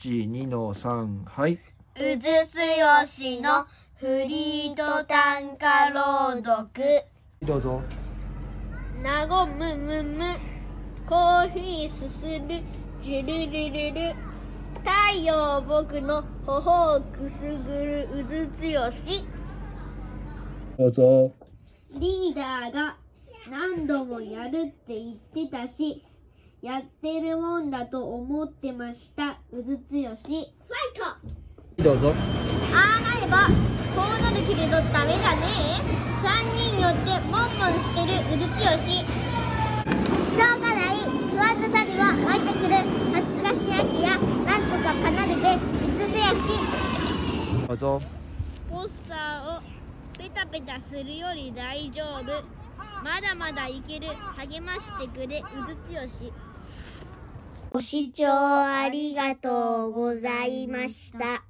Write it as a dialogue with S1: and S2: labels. S1: 12の3はいう
S2: ずすよしのフリート短歌朗読。
S1: どうぞ
S2: なごむむむ。コーヒーすする。ジュルルルル。太陽僕のほほをくすぐるうずつよし。
S1: どうぞ
S2: リーダーが何度もやるって言ってたし、やってるもんだと思ってました。うずつよし。ファイト
S1: どうぞ
S2: ああなれば、こうなるけれどダメだね。三人寄ってモンモンしてるうずつよし。しょうがない。不安の種は湧いてくる。懐かしい秋や、なんとか奏でて、うずつよし。
S1: どうぞ
S2: ポスターをペタペタするより大丈夫まだまだいける励ましてくれうずつよしご視聴ありがとうございました